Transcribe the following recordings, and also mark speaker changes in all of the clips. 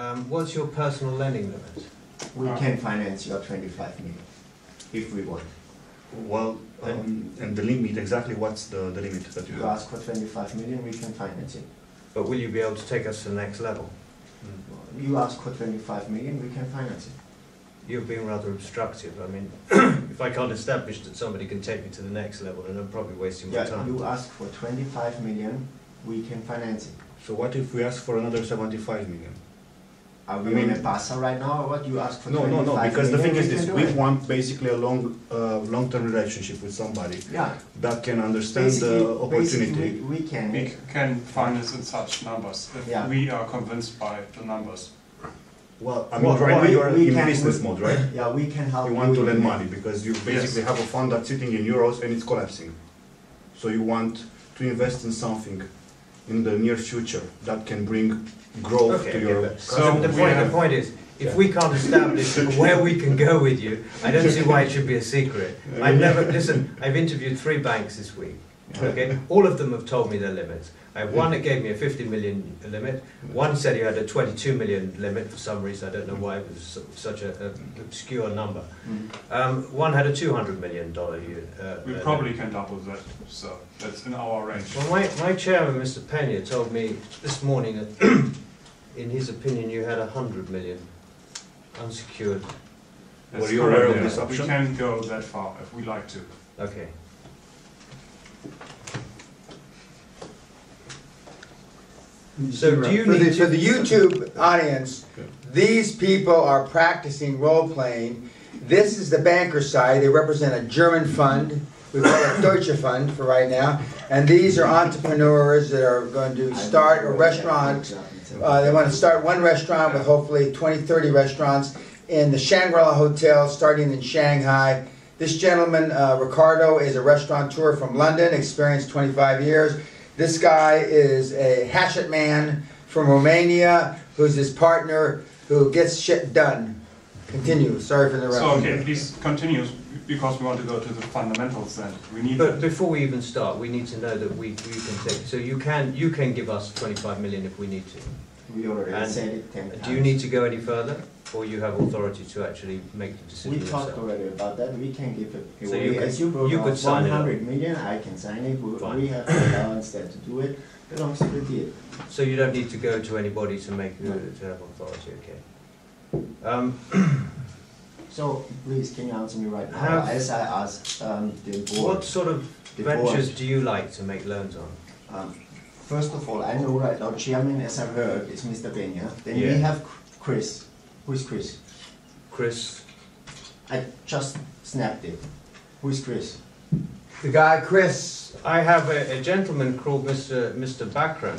Speaker 1: Um, what's your personal lending limit?
Speaker 2: We
Speaker 3: Uh,
Speaker 2: can finance your 25 million if we want.
Speaker 3: Well, um, and the limit, exactly what's the, the limit that you
Speaker 2: You
Speaker 3: have?
Speaker 2: ask for 25 million, we can finance it.
Speaker 1: But will you be able to take us to the next level?
Speaker 2: Mm. You ask for 25 million, we can finance it.
Speaker 1: You've been rather obstructive. I mean, if I can't establish that somebody can take me to the next level, then I'm probably wasting my
Speaker 2: Yeah,
Speaker 1: time.
Speaker 2: you ask for 25 million, we can finance it.
Speaker 3: So what if we ask for another seventy-five million?
Speaker 2: Are
Speaker 3: I
Speaker 2: we on
Speaker 3: mean-
Speaker 2: a passer right now or what? You ask for
Speaker 3: No,
Speaker 2: 25
Speaker 3: no,
Speaker 2: million?
Speaker 3: no, because the thing is
Speaker 2: we
Speaker 3: this,
Speaker 2: can
Speaker 3: we
Speaker 2: do it.
Speaker 3: want basically a long, uh, long-term relationship with somebody
Speaker 2: Yeah,
Speaker 3: that can understand the
Speaker 2: basically, basically,
Speaker 3: opportunity.
Speaker 2: we we
Speaker 4: We
Speaker 2: can,
Speaker 4: can finance in such numbers
Speaker 2: Yeah.
Speaker 4: if we are convinced by the numbers.
Speaker 3: Well, I
Speaker 2: Well,
Speaker 3: mean, right now
Speaker 2: we-
Speaker 3: you are
Speaker 2: we
Speaker 3: in
Speaker 2: can-
Speaker 3: business mode, right?
Speaker 2: yeah, we can help
Speaker 3: You
Speaker 2: you.
Speaker 3: want to
Speaker 2: with
Speaker 3: lend
Speaker 2: that.
Speaker 3: money because you basically have a fund that's sitting in euros and it's collapsing. So you want to invest in something in the near future that can bring growth
Speaker 1: Okay,
Speaker 3: to
Speaker 1: okay,
Speaker 3: your
Speaker 1: but-
Speaker 4: So
Speaker 1: the,
Speaker 4: we
Speaker 1: point,
Speaker 4: have-
Speaker 1: the point is, if
Speaker 3: Yeah.
Speaker 1: we can't establish where we can go with you, I don't see why it should be a secret. I've never, listen, I've interviewed three banks this week. Okay, all of them have told me their limits. I have one that gave me a 50 million limit. One said he had a 22 million limit for some reason. I don't know why it was su- such a, a obscure number.
Speaker 2: Mm.
Speaker 1: Um, one had a 200 million dollar. Uh,
Speaker 4: We
Speaker 1: uh,
Speaker 4: probably can double that, so that's in our range.
Speaker 1: Well, my, my chairman, Mr. Pena, told me this morning that, in his opinion, you had a 100 million unsecured.
Speaker 4: That's
Speaker 3: Were you aware
Speaker 4: correct,
Speaker 3: of this
Speaker 4: yeah.
Speaker 3: option?
Speaker 4: We can go that far if we like to.
Speaker 1: Okay. So do you
Speaker 5: For the,
Speaker 1: need
Speaker 5: for
Speaker 1: to?
Speaker 5: the YouTube audience,
Speaker 3: Okay.
Speaker 5: these people are practicing role playing. This is the banker side. They represent a German fund. We call it Deutsche Fund for right now. And these are entrepreneurs that are going to start a restaurant. Uh, they want to start one restaurant with hopefully 20, 30 restaurants in the Shangri La Hotel, starting in Shanghai. This gentleman, uh, Ricardo, is a restaurateur from London, experienced 25 years. This guy is a hatchet man from Romania who's his partner who gets shit done. Continue. Sorry for the
Speaker 4: So, okay, please continue, because we want to go to the fundamentals then. We need
Speaker 1: But
Speaker 4: that.
Speaker 1: before we even start, we need to know that we, we can take, so you can, you can give us 25 million if we need to.
Speaker 2: We already
Speaker 1: And
Speaker 2: said it 10 times.
Speaker 1: Do you need to go any further, or you have authority to actually make the
Speaker 2: We
Speaker 1: decision
Speaker 2: talked
Speaker 1: yourself?
Speaker 2: already about that, we can give it
Speaker 1: So
Speaker 2: away,
Speaker 1: you
Speaker 2: as
Speaker 1: could-
Speaker 2: you brought
Speaker 1: you could
Speaker 2: up,
Speaker 1: sign
Speaker 2: one
Speaker 1: it up.
Speaker 2: hundred million, I can sign it, we,
Speaker 1: Fine.
Speaker 2: we have the allowance there to do it, belongs to the deal.
Speaker 1: So you don't need to go to anybody to make, the-
Speaker 2: No.
Speaker 1: to have authority, okay? Um,
Speaker 2: So, please, can you answer me right now,
Speaker 1: Have-
Speaker 2: as I asked, um, the board?
Speaker 1: What sort of
Speaker 2: The
Speaker 1: ventures
Speaker 2: board.
Speaker 1: do you like to make loans on?
Speaker 2: Um, First of all, I know right now chairman, as I heard, is Mr. Benya, then we
Speaker 1: Yeah.
Speaker 2: have Chris, who is Chris?
Speaker 1: Chris,
Speaker 2: I just snapped it, who is Chris?
Speaker 5: The guy, Chris,
Speaker 1: I have a, a gentleman called Mr. Mr. Bakran,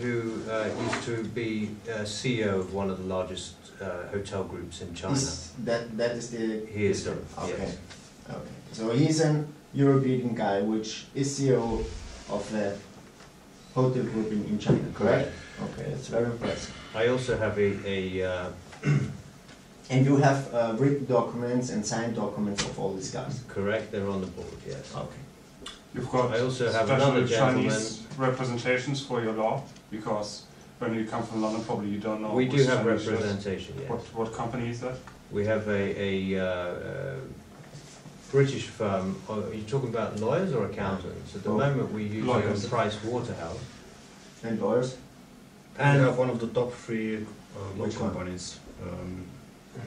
Speaker 1: who uh, used to be uh, CEO of one of the largest uh, hotel groups in China.
Speaker 2: Is, that, that is the.
Speaker 1: He is, uh,
Speaker 2: Okay,
Speaker 1: yes.
Speaker 2: okay, so he's an European guy, which is CEO of a hotel group in, in China, correct? Okay, that's very impressive.
Speaker 1: I also have a, a uh,
Speaker 2: And you have, uh, written documents and signed documents of all these guys?
Speaker 1: correct. They're on the board. Yes.
Speaker 2: Okay.
Speaker 4: You've got
Speaker 1: I also have another
Speaker 4: special
Speaker 1: gentleman.
Speaker 4: Chinese representations for your law, because when you come from London, probably you don't know.
Speaker 1: we do
Speaker 4: which
Speaker 1: have
Speaker 4: Chinese is-
Speaker 1: representation. Yes.
Speaker 4: What, what company is that?
Speaker 1: We have a, a uh, uh, British firm. Oh, Are you talking about lawyers or accountants? At the
Speaker 2: Oh,
Speaker 1: moment, we use
Speaker 4: lawyers.
Speaker 1: Price Waterhouse.
Speaker 2: And lawyers?
Speaker 3: And we have one of the top three uh, law
Speaker 2: Which one?
Speaker 3: companies. Um,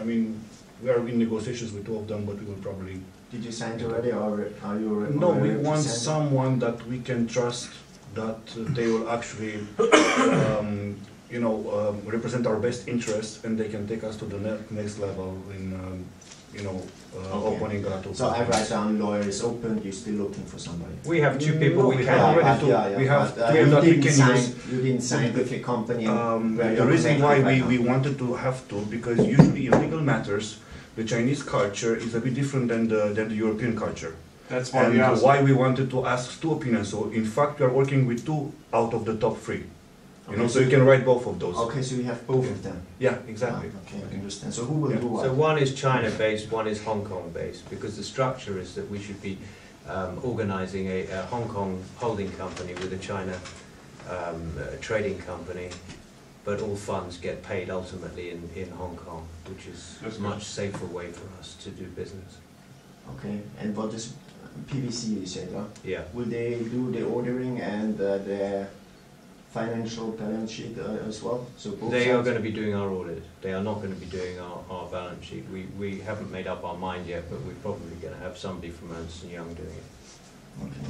Speaker 3: I mean, we are in negotiations with two of them, but we will probably.
Speaker 2: Did you sign it already or are you? re-
Speaker 3: No, we
Speaker 2: already
Speaker 3: want
Speaker 2: signed it?
Speaker 3: someone that we can trust, that uh, they will actually, um, you know, um, represent our best interests, and they can take us to the ne- next level in, um, you know, uh,
Speaker 2: Okay.
Speaker 3: opening our.
Speaker 2: So I write down lawyer is open, you're still looking for somebody?
Speaker 1: We have two
Speaker 3: No,
Speaker 1: people we
Speaker 3: we
Speaker 1: can
Speaker 3: have-
Speaker 1: already
Speaker 3: already
Speaker 2: but
Speaker 3: do-
Speaker 2: yeah, yeah,
Speaker 3: we have
Speaker 2: but, uh,
Speaker 3: three
Speaker 2: you
Speaker 3: that we
Speaker 2: didn't
Speaker 3: can
Speaker 2: sign-
Speaker 3: use.
Speaker 2: You didn't sign with the company. and
Speaker 3: Um,
Speaker 2: where
Speaker 3: the
Speaker 2: you're
Speaker 3: reason why
Speaker 2: connected
Speaker 3: we,
Speaker 2: right
Speaker 3: we
Speaker 2: now.
Speaker 3: wanted to have to, because usually in legal matters, the Chinese culture is a bit different than the, than the European culture.
Speaker 4: That's why
Speaker 3: And
Speaker 4: we asked.
Speaker 3: why we wanted to ask two opinions, so in fact, we are working with two out of the top three. You know, so you can write both of those.
Speaker 2: Okay, so you have both of them?
Speaker 3: Yeah, exactly.
Speaker 2: Ah, Okay, I understand. So who will
Speaker 3: Yeah.
Speaker 2: do what?
Speaker 1: So one is China-based, one is Hong Kong-based, because the structure is that we should be um, organising a, a Hong Kong holding company with a China um, uh, trading company but all funds get paid ultimately in, in Hong Kong, which is
Speaker 4: That's
Speaker 1: a
Speaker 4: good.
Speaker 1: much safer way for us to do business.
Speaker 2: Okay, and what is PVC you said, huh?
Speaker 1: Yeah.
Speaker 2: Will they do the ordering and uh, the financial balance sheet uh, as well? So both
Speaker 1: They are
Speaker 2: sides?
Speaker 1: going to be doing our audit. They are not going to be doing our, our balance sheet. We, we haven't made up our mind yet, but we're probably going to have somebody from Ernst & Young doing it.
Speaker 2: Okay,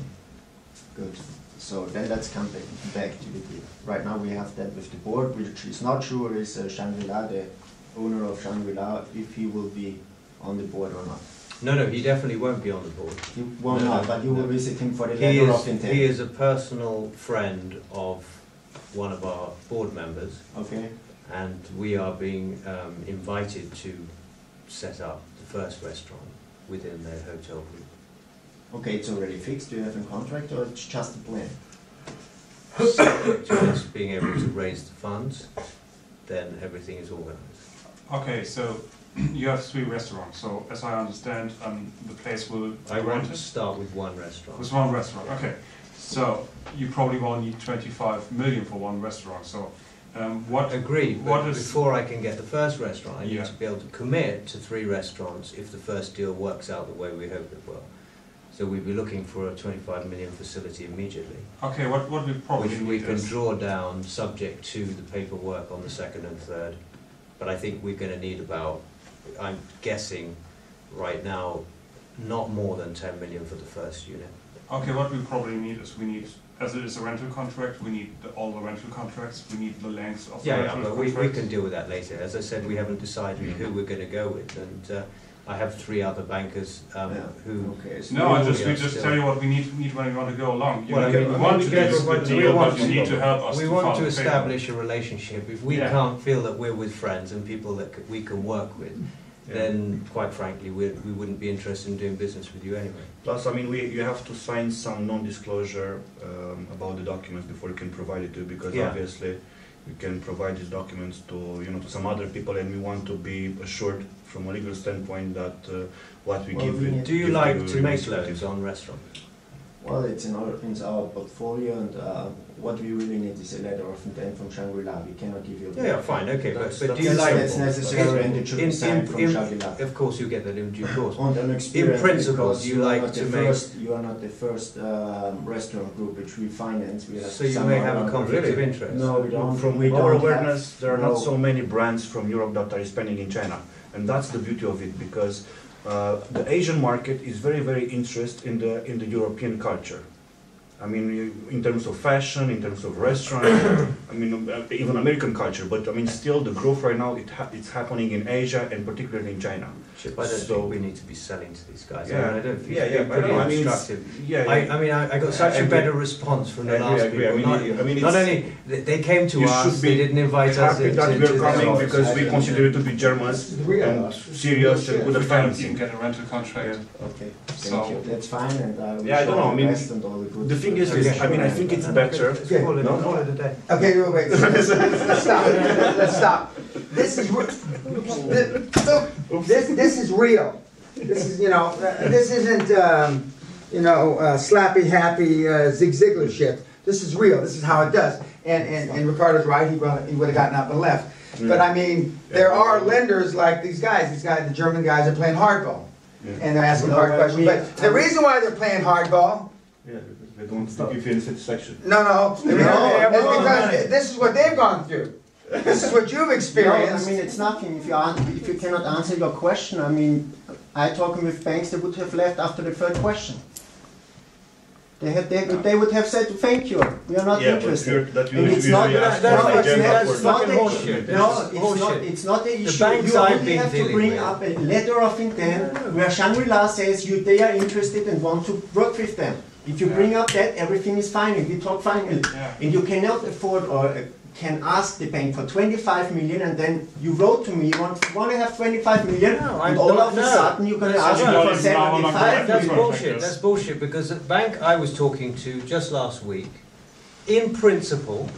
Speaker 2: good. So then let's come back, back to the deal. Right now we have that with the board, which is not sure is uh, Shangri-La, the owner of Shangri-La, if he will be on the board or not.
Speaker 1: No, no, he definitely won't be on the board.
Speaker 2: He will
Speaker 1: No,
Speaker 2: not,
Speaker 1: no,
Speaker 2: but you will
Speaker 1: no.
Speaker 2: visit him for the
Speaker 1: He
Speaker 2: letter
Speaker 1: is,
Speaker 2: of
Speaker 1: he
Speaker 2: intent.
Speaker 1: is a personal friend of one of our board members,
Speaker 2: Okay,
Speaker 1: and we are being um, invited to set up the first restaurant within their hotel group.
Speaker 2: okay, it's already fixed, do you have a contract or it's just a plan?
Speaker 1: Subject to us being able to raise the funds, then everything is organised.
Speaker 4: Okay, so you have three restaurants. So as I understand, um, the place will
Speaker 1: I want to
Speaker 4: rented.
Speaker 1: start with one restaurant.
Speaker 4: With one restaurant, okay. So you probably won't need 25 million for one restaurant. So um, what?
Speaker 1: Agreed, but
Speaker 4: What is-
Speaker 1: before I can get the first restaurant, I need
Speaker 4: Yeah.
Speaker 1: to be able to commit to three restaurants if the first deal works out the way we hope it will. So we'd be looking for a twenty-five million facility immediately,
Speaker 4: Okay, what what Oh, we probably
Speaker 1: which
Speaker 4: need
Speaker 1: we can
Speaker 4: is
Speaker 1: draw down subject to the paperwork on the second and third. But I think we're gonna need about, I'm guessing right now, not more than ten million for the first unit.
Speaker 4: Okay, what we probably need is we need, as it is a rental contract, we need the, all the rental contracts, we need the length of the
Speaker 1: Yeah, yeah,
Speaker 4: rental
Speaker 1: but we, we
Speaker 4: contracts.
Speaker 1: can deal with that later. As I said, we haven't decided
Speaker 3: Mm-hmm.
Speaker 1: who we're gonna go with, and, uh, I have three other bankers, um,
Speaker 2: Yeah,
Speaker 1: who.
Speaker 2: Okay, so
Speaker 4: No, I
Speaker 1: we
Speaker 4: just, we
Speaker 1: are
Speaker 4: just
Speaker 1: still-
Speaker 4: tell you what we need, need when you want to go along. You
Speaker 1: Well, I
Speaker 4: can-
Speaker 1: mean,
Speaker 4: you
Speaker 1: we
Speaker 4: want
Speaker 1: need
Speaker 4: to
Speaker 1: to get
Speaker 4: do
Speaker 1: what
Speaker 4: the
Speaker 1: we
Speaker 4: deal,
Speaker 1: want
Speaker 4: but you
Speaker 1: to
Speaker 4: need
Speaker 1: do.
Speaker 4: to help us
Speaker 1: We
Speaker 4: to
Speaker 1: want
Speaker 4: find
Speaker 1: to
Speaker 4: the favor.
Speaker 1: establish a relationship. If we
Speaker 4: Yeah.
Speaker 1: can't feel that we're with friends and people that c- we can work with, then quite frankly, we, we wouldn't be interested in doing business with you anyway.
Speaker 3: Plus, I mean, we, you have to sign some non-disclosure um, about the documents before you can provide it to, because
Speaker 1: Yeah.
Speaker 3: obviously you can provide these documents to, you know, to some other people, and we want to be assured from a legal standpoint that uh, what we
Speaker 2: Well,
Speaker 3: give.
Speaker 2: we-
Speaker 3: it-
Speaker 1: Do you
Speaker 3: if
Speaker 1: like
Speaker 3: we
Speaker 1: to make
Speaker 3: respect it.
Speaker 1: loans on restaurants?
Speaker 2: Well, it's in our, in our portfolio and uh, what we really need is a letter of intent from Shangri-La. We cannot give you. a-
Speaker 1: Yeah, yeah, fine, okay, but,
Speaker 3: That's-
Speaker 1: but do you
Speaker 2: That's,
Speaker 1: like?
Speaker 2: that's necessary and it should be
Speaker 1: in-
Speaker 2: signed
Speaker 1: in-
Speaker 2: from
Speaker 1: in-
Speaker 2: Shangri-La.
Speaker 1: Of course, you'll get that in due course.
Speaker 2: On an experience,
Speaker 1: principle,
Speaker 2: because
Speaker 1: you
Speaker 2: are
Speaker 1: like
Speaker 2: not
Speaker 1: to
Speaker 2: the
Speaker 1: make-
Speaker 2: first- You are not the first um, restaurant group which we finance. We have
Speaker 1: So you
Speaker 2: some
Speaker 1: may have a
Speaker 2: other-
Speaker 1: conflict of interest.
Speaker 2: No, we don't.
Speaker 3: From
Speaker 2: we
Speaker 3: our
Speaker 2: don't
Speaker 3: awareness, there are
Speaker 2: no-
Speaker 3: not so many brands from Europe that are expanding in China, and that's the beauty of it because uh, the Asian market is very, very interested in the in the European culture. I mean, you- in terms of fashion, in terms of restaurant, I mean, uh, even American culture. But I mean, still, the growth right now it ha- it's happening in Asia and particularly in China.
Speaker 1: Chip, I don't
Speaker 3: So-
Speaker 1: think we need to be selling to these guys. I
Speaker 3: Yeah.
Speaker 1: mean, I don't think
Speaker 3: Yeah, yeah,
Speaker 1: it's
Speaker 3: but
Speaker 1: pretty
Speaker 3: no, I mean, it's-
Speaker 1: obstructive.
Speaker 3: Yeah,
Speaker 1: I, I mean, I, I got such
Speaker 3: I
Speaker 1: a
Speaker 3: agree.
Speaker 1: better response from the
Speaker 3: I agree,
Speaker 1: last
Speaker 3: I agree. I
Speaker 1: people.
Speaker 3: mean,
Speaker 1: Not,
Speaker 3: it- I mean,
Speaker 1: not
Speaker 3: it's-
Speaker 1: only they, they came to
Speaker 3: you
Speaker 1: us,
Speaker 3: should be
Speaker 1: they didn't invite us
Speaker 3: happy
Speaker 1: into,
Speaker 3: that
Speaker 1: into
Speaker 3: we're coming
Speaker 1: their
Speaker 3: because we
Speaker 2: I-
Speaker 3: consider it to be Germans
Speaker 5: We are.
Speaker 3: and serious and
Speaker 4: We
Speaker 3: good at
Speaker 4: can't even
Speaker 3: fencing.
Speaker 4: get a rental contract.
Speaker 2: Okay, thank
Speaker 4: So-
Speaker 2: you. That's fine and I wish
Speaker 3: Yeah, I don't know, I
Speaker 2: all the
Speaker 3: mean,
Speaker 2: best and all the good.
Speaker 3: The thing is, is, I mean, I think it's better.
Speaker 1: Let's call it,
Speaker 3: No,
Speaker 1: call it a day.
Speaker 5: Okay, wait, wait. Let's, let's stop. Let's stop. This is re- this this is real. This is you know uh, this isn't um, you know uh, slappy happy uh, Zig Ziglar shit. This is real. This is how it does. And and, and Ricardo's right. He brought, he would have gotten up and left. But I mean, there are lenders like these guys. These guys, the German guys, are playing hardball, and they're asking hard questions. But the reason why they're playing hardball.
Speaker 3: Yeah, because they don't give you any satisfaction.
Speaker 5: No, no, no. It's because this is what they've gone through. This is what you've
Speaker 2: No,
Speaker 5: experienced.
Speaker 2: I mean, it's nothing. If you, an- if you cannot answer your question, I mean, I talking with banks, they would have left after the third question. They had, they, they would have said, thank you, we are not
Speaker 3: yeah, but
Speaker 2: interested.
Speaker 3: you're, that you
Speaker 2: And it's
Speaker 3: usually
Speaker 2: not-
Speaker 3: ask
Speaker 1: that's
Speaker 3: for
Speaker 1: not-
Speaker 3: an agenda
Speaker 1: that's not-
Speaker 3: for that.
Speaker 1: fucking
Speaker 2: a-
Speaker 1: horseshit. This
Speaker 2: No,
Speaker 1: is
Speaker 2: it's not,
Speaker 1: horseshit.
Speaker 2: it's not the issue.
Speaker 1: banks
Speaker 2: You
Speaker 1: I've
Speaker 2: only
Speaker 1: been
Speaker 2: have to
Speaker 1: dealing
Speaker 2: bring
Speaker 1: with-
Speaker 2: up a letter of intent where Shangri-La says you, they are interested and want to work with them. If you
Speaker 4: Yeah.
Speaker 2: bring up that, everything is fine, and we talk finally.
Speaker 4: Yeah.
Speaker 2: And you cannot afford or uh, can ask the bank for 25 million, and then you wrote to me, you want, want to have 25 million,
Speaker 1: No, I'm
Speaker 2: and all
Speaker 1: not-
Speaker 2: of a
Speaker 1: no.
Speaker 2: sudden you're going to ask
Speaker 4: not-
Speaker 2: me for
Speaker 4: it's not- I'm
Speaker 2: 75
Speaker 4: not
Speaker 1: That's
Speaker 4: That's
Speaker 2: million.
Speaker 4: correct.
Speaker 1: bullshit. That's bullshit because the bank I was talking to just last week, in principle,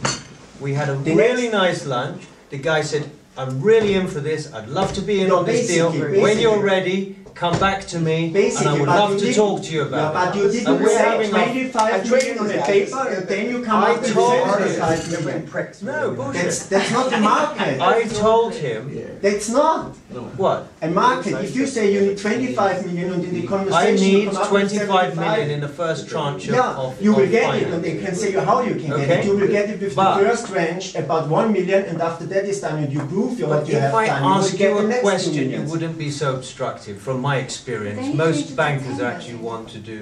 Speaker 1: we had a
Speaker 2: The
Speaker 1: really
Speaker 2: next-
Speaker 1: nice lunch. The guy said, "I'm really in for this. I'd love to be in
Speaker 2: No,
Speaker 1: on this deal.
Speaker 2: basically-
Speaker 1: When you're
Speaker 2: basically-
Speaker 1: ready, come back to me, and I
Speaker 2: Basically,
Speaker 1: would
Speaker 2: but
Speaker 1: love
Speaker 2: you
Speaker 1: to
Speaker 2: did-
Speaker 1: talk to you
Speaker 2: No,
Speaker 1: about
Speaker 2: but
Speaker 1: it.
Speaker 2: you
Speaker 1: And
Speaker 2: didn't
Speaker 1: we're
Speaker 2: say
Speaker 1: having our-
Speaker 2: twenty-five million on on paper, then you come
Speaker 1: I
Speaker 2: up with
Speaker 1: told you.
Speaker 2: twenty-five million.
Speaker 1: No bullshit.
Speaker 2: That's, that's not the market,
Speaker 1: I told him
Speaker 2: that's not
Speaker 1: what
Speaker 2: a market, if you say you need twenty-five million and in the
Speaker 1: I
Speaker 2: conversation you
Speaker 1: need.
Speaker 2: come up with
Speaker 1: 25 million
Speaker 2: 75.
Speaker 1: in the first tranche of,
Speaker 2: Yeah,
Speaker 1: of
Speaker 2: you will
Speaker 1: of
Speaker 2: get it,
Speaker 1: finance.
Speaker 2: and they can say you how you can get
Speaker 1: Okay.
Speaker 2: it, you will get it with the
Speaker 1: But-
Speaker 2: first tranche, about one million, and after that is done, and you prove you- what
Speaker 1: But
Speaker 2: you have
Speaker 1: if I
Speaker 2: done, you will
Speaker 1: ask
Speaker 2: get the
Speaker 1: you a
Speaker 2: next two
Speaker 1: question, you
Speaker 2: millions.
Speaker 1: wouldn't be so obstructive. From my
Speaker 6: Then
Speaker 1: experience,
Speaker 6: you need
Speaker 1: most
Speaker 6: to
Speaker 1: bankers
Speaker 6: tell them.
Speaker 1: actually want to do.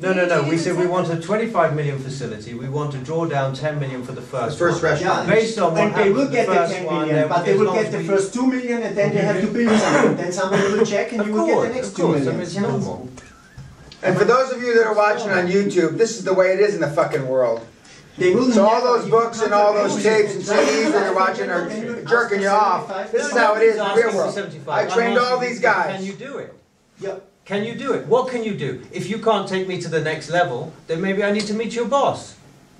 Speaker 1: No, no, no. We said we want a 25 million facility. We want to draw down 10 million for the
Speaker 5: The
Speaker 1: first.
Speaker 5: first
Speaker 1: one.
Speaker 5: restaurant.
Speaker 1: Based on what
Speaker 2: And they will
Speaker 1: happened to the
Speaker 2: get the
Speaker 1: first
Speaker 2: ten
Speaker 1: one,
Speaker 2: million,
Speaker 1: then
Speaker 2: but they
Speaker 1: as
Speaker 2: will
Speaker 1: long
Speaker 2: get
Speaker 1: as
Speaker 2: the
Speaker 1: we-
Speaker 2: first two million, and then they have to build something, then somebody will check, and
Speaker 1: Of
Speaker 2: you will get
Speaker 1: course,
Speaker 2: the next
Speaker 1: of
Speaker 2: two
Speaker 1: course. I
Speaker 2: million.
Speaker 1: mean, it's normal.
Speaker 5: And for those of you that are watching on YouTube, this is the way it is in the fucking world.
Speaker 2: They will
Speaker 5: So all
Speaker 2: never-
Speaker 5: those
Speaker 2: you
Speaker 5: books
Speaker 2: can't
Speaker 5: and all
Speaker 2: have
Speaker 5: those
Speaker 2: million.
Speaker 5: tapes and CDs that you're watching are jerking you off. This is how it is in the real world. I trained all these
Speaker 1: Can you
Speaker 5: guys.
Speaker 1: do it?
Speaker 2: Yeah.
Speaker 1: Can you do it? What can you do? If you can't take me to the next level, then maybe I need to meet your boss.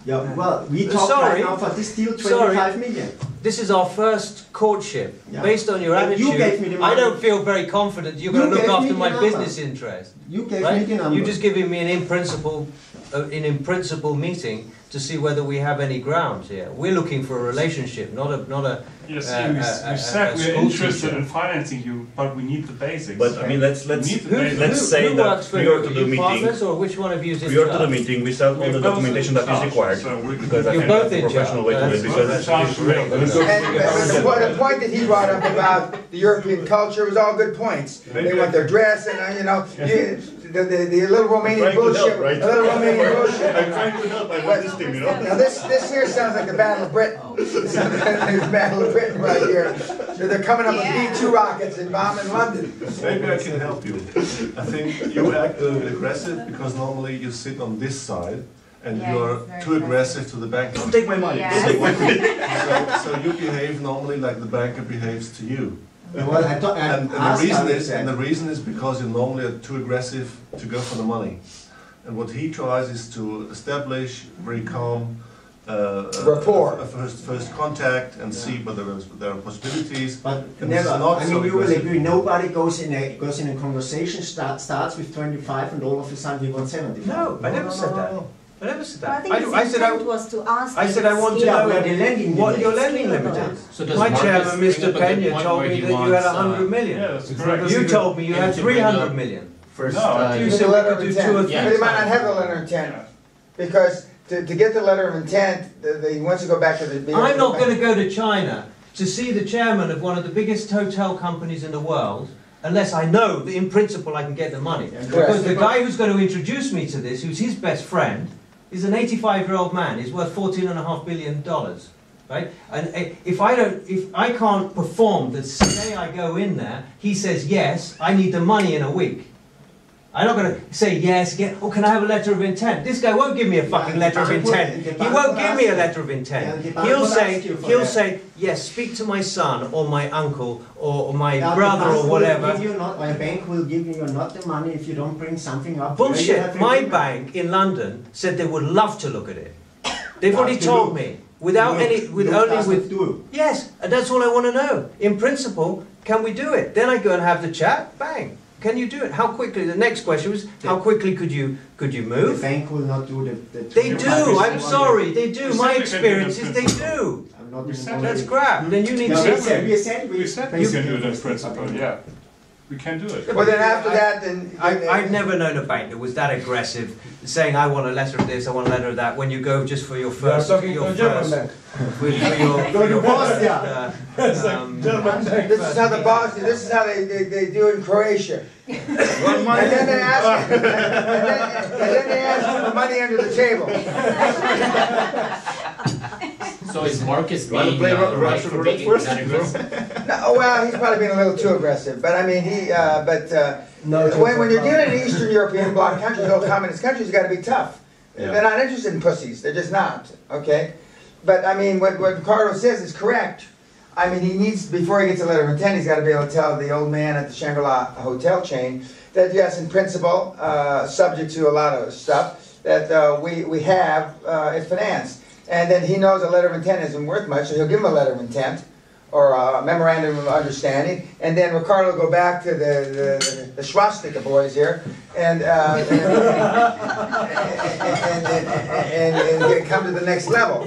Speaker 2: Yeah, well, we talk
Speaker 1: Sorry.
Speaker 2: right now for this deal
Speaker 1: Sorry.
Speaker 2: twenty-five million.
Speaker 1: This is our first courtship.
Speaker 2: Yeah.
Speaker 1: Based on your
Speaker 2: And
Speaker 1: attitude,
Speaker 2: you gave me the
Speaker 1: I
Speaker 2: money.
Speaker 1: don't feel very confident you're
Speaker 2: You
Speaker 1: going to look
Speaker 2: gave me
Speaker 1: after
Speaker 2: the
Speaker 1: my
Speaker 2: number.
Speaker 1: business interest.
Speaker 2: You gave me
Speaker 1: Right?
Speaker 2: the number.
Speaker 1: You're just giving me an in principle, uh, an in principle meeting to see whether we have any ground here. We're looking for a relationship, not a, not a.
Speaker 4: Yes,
Speaker 1: Uh, uh,
Speaker 4: you,
Speaker 1: uh,
Speaker 4: you said
Speaker 1: uh,
Speaker 4: we're
Speaker 1: school
Speaker 4: interested
Speaker 1: teacher.
Speaker 4: in financing you, but we need the basics.
Speaker 7: But I mean, let's let's
Speaker 4: Need to
Speaker 1: Who,
Speaker 4: pay-
Speaker 7: let's
Speaker 1: who,
Speaker 7: say
Speaker 1: who
Speaker 7: that
Speaker 1: works for
Speaker 7: prior
Speaker 1: you?
Speaker 7: to the
Speaker 1: you
Speaker 7: meeting-
Speaker 1: Partners, or which one of you is in
Speaker 7: Prior to the
Speaker 1: charge?
Speaker 7: meeting, we sent all
Speaker 4: We're
Speaker 7: the
Speaker 4: both
Speaker 7: documentation that is
Speaker 4: charged,
Speaker 7: required,
Speaker 4: so we-
Speaker 7: because I
Speaker 1: You're
Speaker 7: think
Speaker 1: both
Speaker 7: that's the
Speaker 1: in
Speaker 7: professional way
Speaker 1: charge.
Speaker 7: to do it,
Speaker 1: That's-
Speaker 7: because
Speaker 4: that's
Speaker 7: it's
Speaker 4: right.
Speaker 7: rigged.
Speaker 5: And but the point, the point that he brought up about the European culture was all good points. They want their dress and, uh, you know, you, the, the, the little
Speaker 7: Trying to
Speaker 5: Romanian
Speaker 7: help,
Speaker 5: bullshit,
Speaker 7: right?
Speaker 5: the little Romanian bullshit.
Speaker 7: I'm trying to help, I want this team, you know?
Speaker 5: Now this, this here sounds like the Battle of Britain. It's the Battle of Britain right here. They're- They're coming up with
Speaker 6: Yeah.
Speaker 5: B two rockets and bombing London.
Speaker 8: Maybe I can help you. I think you act a little aggressive because normally you sit on this side and
Speaker 6: Yeah,
Speaker 8: you are
Speaker 6: it's very
Speaker 8: too aggressive to the banker.
Speaker 7: Don't take my money.
Speaker 6: Yeah.
Speaker 8: So, so you behave normally like the banker behaves to you.
Speaker 2: Well, I thought, I
Speaker 8: And, and the
Speaker 2: asked
Speaker 8: reason
Speaker 2: Alex
Speaker 8: is,
Speaker 2: that.
Speaker 8: and the reason is because you normally are too aggressive to go for the money. And what he tries is to establish very calm uh, uh,
Speaker 5: Rapport.
Speaker 8: a first first contact and see whether there's- there are possibilities.
Speaker 2: But
Speaker 8: And
Speaker 2: never,
Speaker 8: it's not
Speaker 2: I
Speaker 8: so
Speaker 2: mean, you will
Speaker 8: aggressive.
Speaker 2: agree, nobody goes in a, goes in a conversation, start, starts with twenty-five and all of a sudden we want seventy-five.
Speaker 1: No, I never
Speaker 8: No, no,
Speaker 1: said
Speaker 8: no,
Speaker 1: that.
Speaker 8: no.
Speaker 1: I never said
Speaker 6: I
Speaker 1: that.
Speaker 6: think
Speaker 1: I,
Speaker 6: his
Speaker 1: I said I,
Speaker 6: intent was to ask.
Speaker 1: I
Speaker 6: if
Speaker 1: said I
Speaker 6: it's
Speaker 1: want to
Speaker 6: scalable.
Speaker 2: Yeah,
Speaker 1: know
Speaker 2: we are the lending
Speaker 1: what your
Speaker 2: limit.
Speaker 1: lending limit
Speaker 6: Yeah.
Speaker 1: is.
Speaker 9: So does
Speaker 1: My
Speaker 9: Marcus
Speaker 1: chairman,
Speaker 9: bring up
Speaker 1: Mr.
Speaker 9: at the
Speaker 1: Pena,
Speaker 9: point
Speaker 1: told
Speaker 9: where
Speaker 1: me
Speaker 9: he
Speaker 1: that you had
Speaker 9: wants, uh,
Speaker 1: hundred million.
Speaker 4: Yeah, that's correct.
Speaker 1: You told me you had
Speaker 9: to bring
Speaker 1: three
Speaker 9: up-
Speaker 1: hundred million.
Speaker 5: First,
Speaker 4: No,
Speaker 5: uh,
Speaker 1: you
Speaker 5: the
Speaker 1: said we
Speaker 5: letter
Speaker 1: could
Speaker 5: of
Speaker 1: do
Speaker 5: intent.
Speaker 1: two or three
Speaker 5: But they might not
Speaker 1: times.
Speaker 5: have the letter of intent, because to, to get the letter of intent, they, they want to go back to the.
Speaker 1: I'm not going to go to China to see the chairman of one of the biggest hotel companies in the world unless I know that in principle I can get the money. Because the guy who's going to introduce me to this, who's his best friend, is an 85 year old man. He's worth $14.5 billion. dollars, Right? And eh, if I don't, if I can't perform the day I go in there, he says, yes, I need the money in a week. I'm not going to say yes, get, oh, can I have a letter of intent? This guy won't give me a fucking letter of intent. He won't give me a letter of intent. He'll say, he'll say, yes, speak to my son or my uncle or my
Speaker 2: Yeah, the
Speaker 1: brother
Speaker 2: bank
Speaker 1: or
Speaker 2: will
Speaker 1: whatever.
Speaker 2: give you not- or a bank will give you not the money if you don't bring something up. where you
Speaker 1: Bullshit.
Speaker 2: have an
Speaker 1: My
Speaker 2: agreement.
Speaker 1: bank in London said they would love to look at it. They've already
Speaker 2: Love to
Speaker 1: told
Speaker 2: look.
Speaker 1: me without
Speaker 2: Look,
Speaker 1: any, with
Speaker 2: look
Speaker 1: only
Speaker 2: doesn't
Speaker 1: with.
Speaker 2: Do.
Speaker 1: Yes, and that's all I want to know. In principle, can we do it? Then I go and have the chat. Bang. Can you do it? How quickly? The next question was how quickly could you could you
Speaker 2: The
Speaker 1: move?
Speaker 2: bank will not do the. the-
Speaker 1: They
Speaker 4: Yeah,
Speaker 1: do.
Speaker 4: but we
Speaker 1: I'm
Speaker 4: said-
Speaker 1: sorry. They do.
Speaker 4: we
Speaker 1: My
Speaker 4: said we can do
Speaker 1: experience
Speaker 4: this
Speaker 1: is they do.
Speaker 2: I'm not
Speaker 4: We
Speaker 2: even
Speaker 4: said
Speaker 2: going
Speaker 1: That's
Speaker 2: to-
Speaker 1: crap. Then you need
Speaker 2: No, we said,
Speaker 1: to.
Speaker 2: we said.
Speaker 4: We said we can do it in principle, yeah. We can do it.
Speaker 5: But then after that, then.
Speaker 1: I, I've never known a bank that was that aggressive, saying I want a letter of this, I want a letter of that. When you go just for your first, your first, with, for your, for your first, uh, um,
Speaker 5: This is how the Bosnians, this is how they, they, they do in Croatia.
Speaker 3: One
Speaker 5: And then
Speaker 3: money,
Speaker 5: they ask, and then, and then they ask for the money under the table.
Speaker 9: So is Marcus
Speaker 7: wanna
Speaker 9: being
Speaker 7: play
Speaker 9: uh,
Speaker 7: Ru-
Speaker 9: right
Speaker 7: Russian
Speaker 9: for
Speaker 7: roulette
Speaker 9: being
Speaker 7: first?
Speaker 9: that aggressive?
Speaker 5: No, oh, well, he's probably being a little too aggressive, but I mean, he, uh, but, uh, when, when you're dealing in Eastern European bloc countries, old communist countries, you gotta be tough. They're not interested in pussies, they're just not, okay? But I mean, what, what Ricardo says is correct. I mean, he needs, before he gets a letter of intent, he's gotta be able to tell the old man at the Shangri-La hotel chain that yes, in principle, uh, subject to a lot of stuff, that, uh, we, we have, uh, it financed. And then he knows a letter of intent isn't worth much, so he'll give him a letter of intent, or a memorandum of understanding, and then Ricardo will go back to the, the, the swastika boys here, and, uh, and, and, and, and, and get- come to the next level.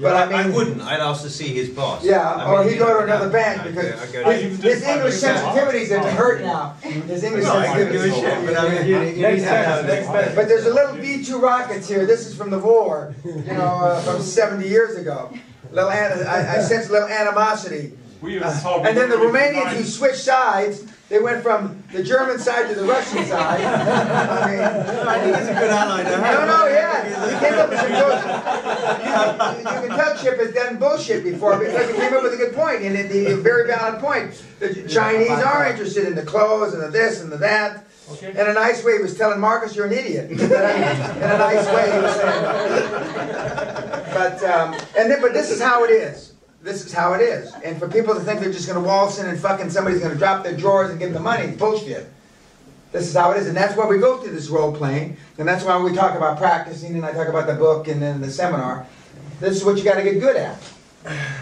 Speaker 5: But I mean.
Speaker 1: I wouldn't, I'd ask to see his boss.
Speaker 5: Yeah,
Speaker 1: I
Speaker 5: or
Speaker 1: mean,
Speaker 5: he'd go to
Speaker 1: no,
Speaker 5: another bank
Speaker 1: no,
Speaker 5: because
Speaker 1: I go to-
Speaker 4: I even
Speaker 5: his, his
Speaker 4: did
Speaker 5: English
Speaker 4: find myself-
Speaker 5: sensitivities are to hurt now. His English
Speaker 1: No, I don't give a
Speaker 5: sensitivities.
Speaker 1: shit, but I mean, you, you need to know that-
Speaker 5: But there's a little B-2 rockets here, this is from the war, you know, uh, from seventy years ago. Little, an- I, I sense a little animosity.
Speaker 4: We
Speaker 5: Uh,
Speaker 4: as Tom,
Speaker 5: And then the
Speaker 4: we were
Speaker 5: Romanians who
Speaker 4: denied-
Speaker 5: switched sides, they went from the German side to the Russian side. I mean,
Speaker 1: I think it's a good ally to have.
Speaker 5: No, no, yeah, you came up with some good, you, you can tell Chip has done bullshit before, because he came up with a good point, and it, a very valid point. The Chinese are interested in the clothes and the this and the that.
Speaker 9: Okay.
Speaker 5: In a nice way, he was telling Marcus, you're an idiot. In a nice way, he was saying. But, um, and then, but this is how it is. This is how it is. And for people to think they're just gonna waltz in and fucking somebody's gonna drop their drawers and give them the money, bullshit. This is how it is, and that's why we go through this role playing, and that's why we talk about practicing, and I talk about the book and then the seminar. This is what you gotta get good at.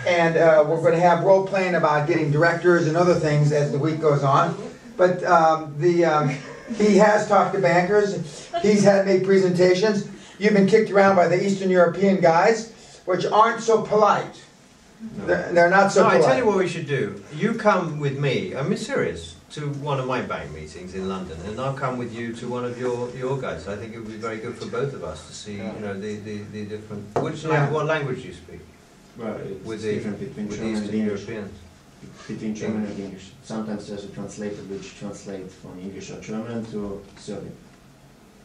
Speaker 5: And, uh, we're gonna have role playing about getting directors and other things as the week goes on. But, um, the, um, he has talked to bankers, he's had, made presentations, you've been kicked around by the Eastern European guys, which aren't so polite. They're, they're not so
Speaker 1: No, I
Speaker 5: polite.
Speaker 1: tell you what we should do. You come with me, I'm serious, to one of my bank meetings in London, and I'll come with you to one of your, your guys. I think it would be very good for both of us to see, you know, the, the, the different, which,
Speaker 5: Yeah.
Speaker 1: lang- what language do you speak
Speaker 2: Well, it's
Speaker 1: with the,
Speaker 2: different between
Speaker 1: with the
Speaker 2: German and
Speaker 1: Eastern
Speaker 2: English.
Speaker 1: Europeans?
Speaker 2: Between German and English. Sometimes there's a translator which translates from English or German to Serbian.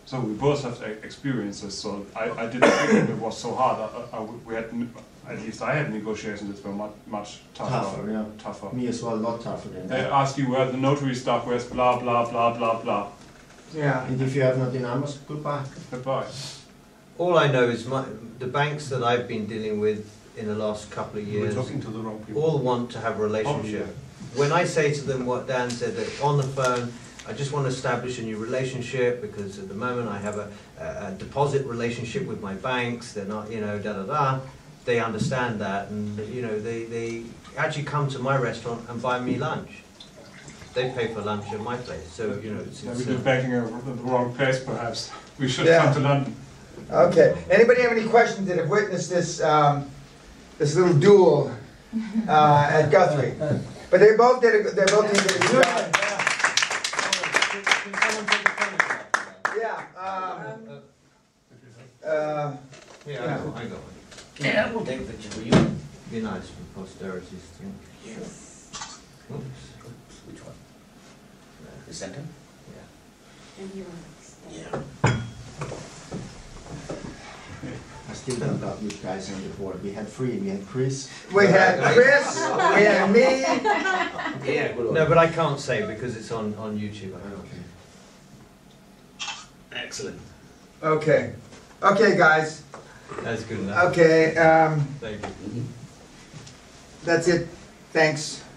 Speaker 4: So we both have e- experiences. So I, I didn't think it was so hard. I, I- I- we had, n- at least I had negotiations that were much, much tougher.
Speaker 2: Tougher, yeah.
Speaker 4: Tougher.
Speaker 2: Me as well, not tougher than
Speaker 4: They
Speaker 2: that.
Speaker 4: ask you where the notary stuff was, blah, blah, blah, blah, blah.
Speaker 5: Yeah.
Speaker 2: And if you have not the numbers, goodbye.
Speaker 4: Goodbye.
Speaker 1: All I know is my, the banks that I've been dealing with in the last couple of
Speaker 8: We're
Speaker 1: years
Speaker 8: talking to the wrong people.
Speaker 1: all want to have a relationship. When I say to them what Dan said that on the phone, I just want to establish a new relationship because at the moment I have a, a a deposit relationship with my banks. They're not, you know, da da da. They understand that, and you know, they they actually come to my restaurant and buy me lunch. They pay for lunch at my place, so you know, it's,
Speaker 4: Yeah,
Speaker 1: it's
Speaker 4: we did
Speaker 1: uh,
Speaker 4: banking in the wrong place, perhaps. We should
Speaker 5: Yeah.
Speaker 4: come to London.
Speaker 5: Okay, anybody have any questions that have witnessed this, um, this little duel, uh, at Guthrie? But they both did, a- they both did a good job. Yeah, um, uh,
Speaker 1: yeah, I got, I got one.
Speaker 9: Yeah, we'll take a picture for you.
Speaker 1: Be nice for posterity's thing. Oops.
Speaker 9: Which one? The second? Yeah.
Speaker 2: I still don't got you guys on the board. We had three. We had Chris.
Speaker 5: we had Chris, we had me,
Speaker 9: Yeah, good
Speaker 1: No, but I can't say because it's on, on YouTube. I can't.
Speaker 9: Excellent.
Speaker 5: okay, okay, guys,
Speaker 1: That's good enough.
Speaker 5: okay, um,
Speaker 1: Thank you.
Speaker 5: that's it, thanks.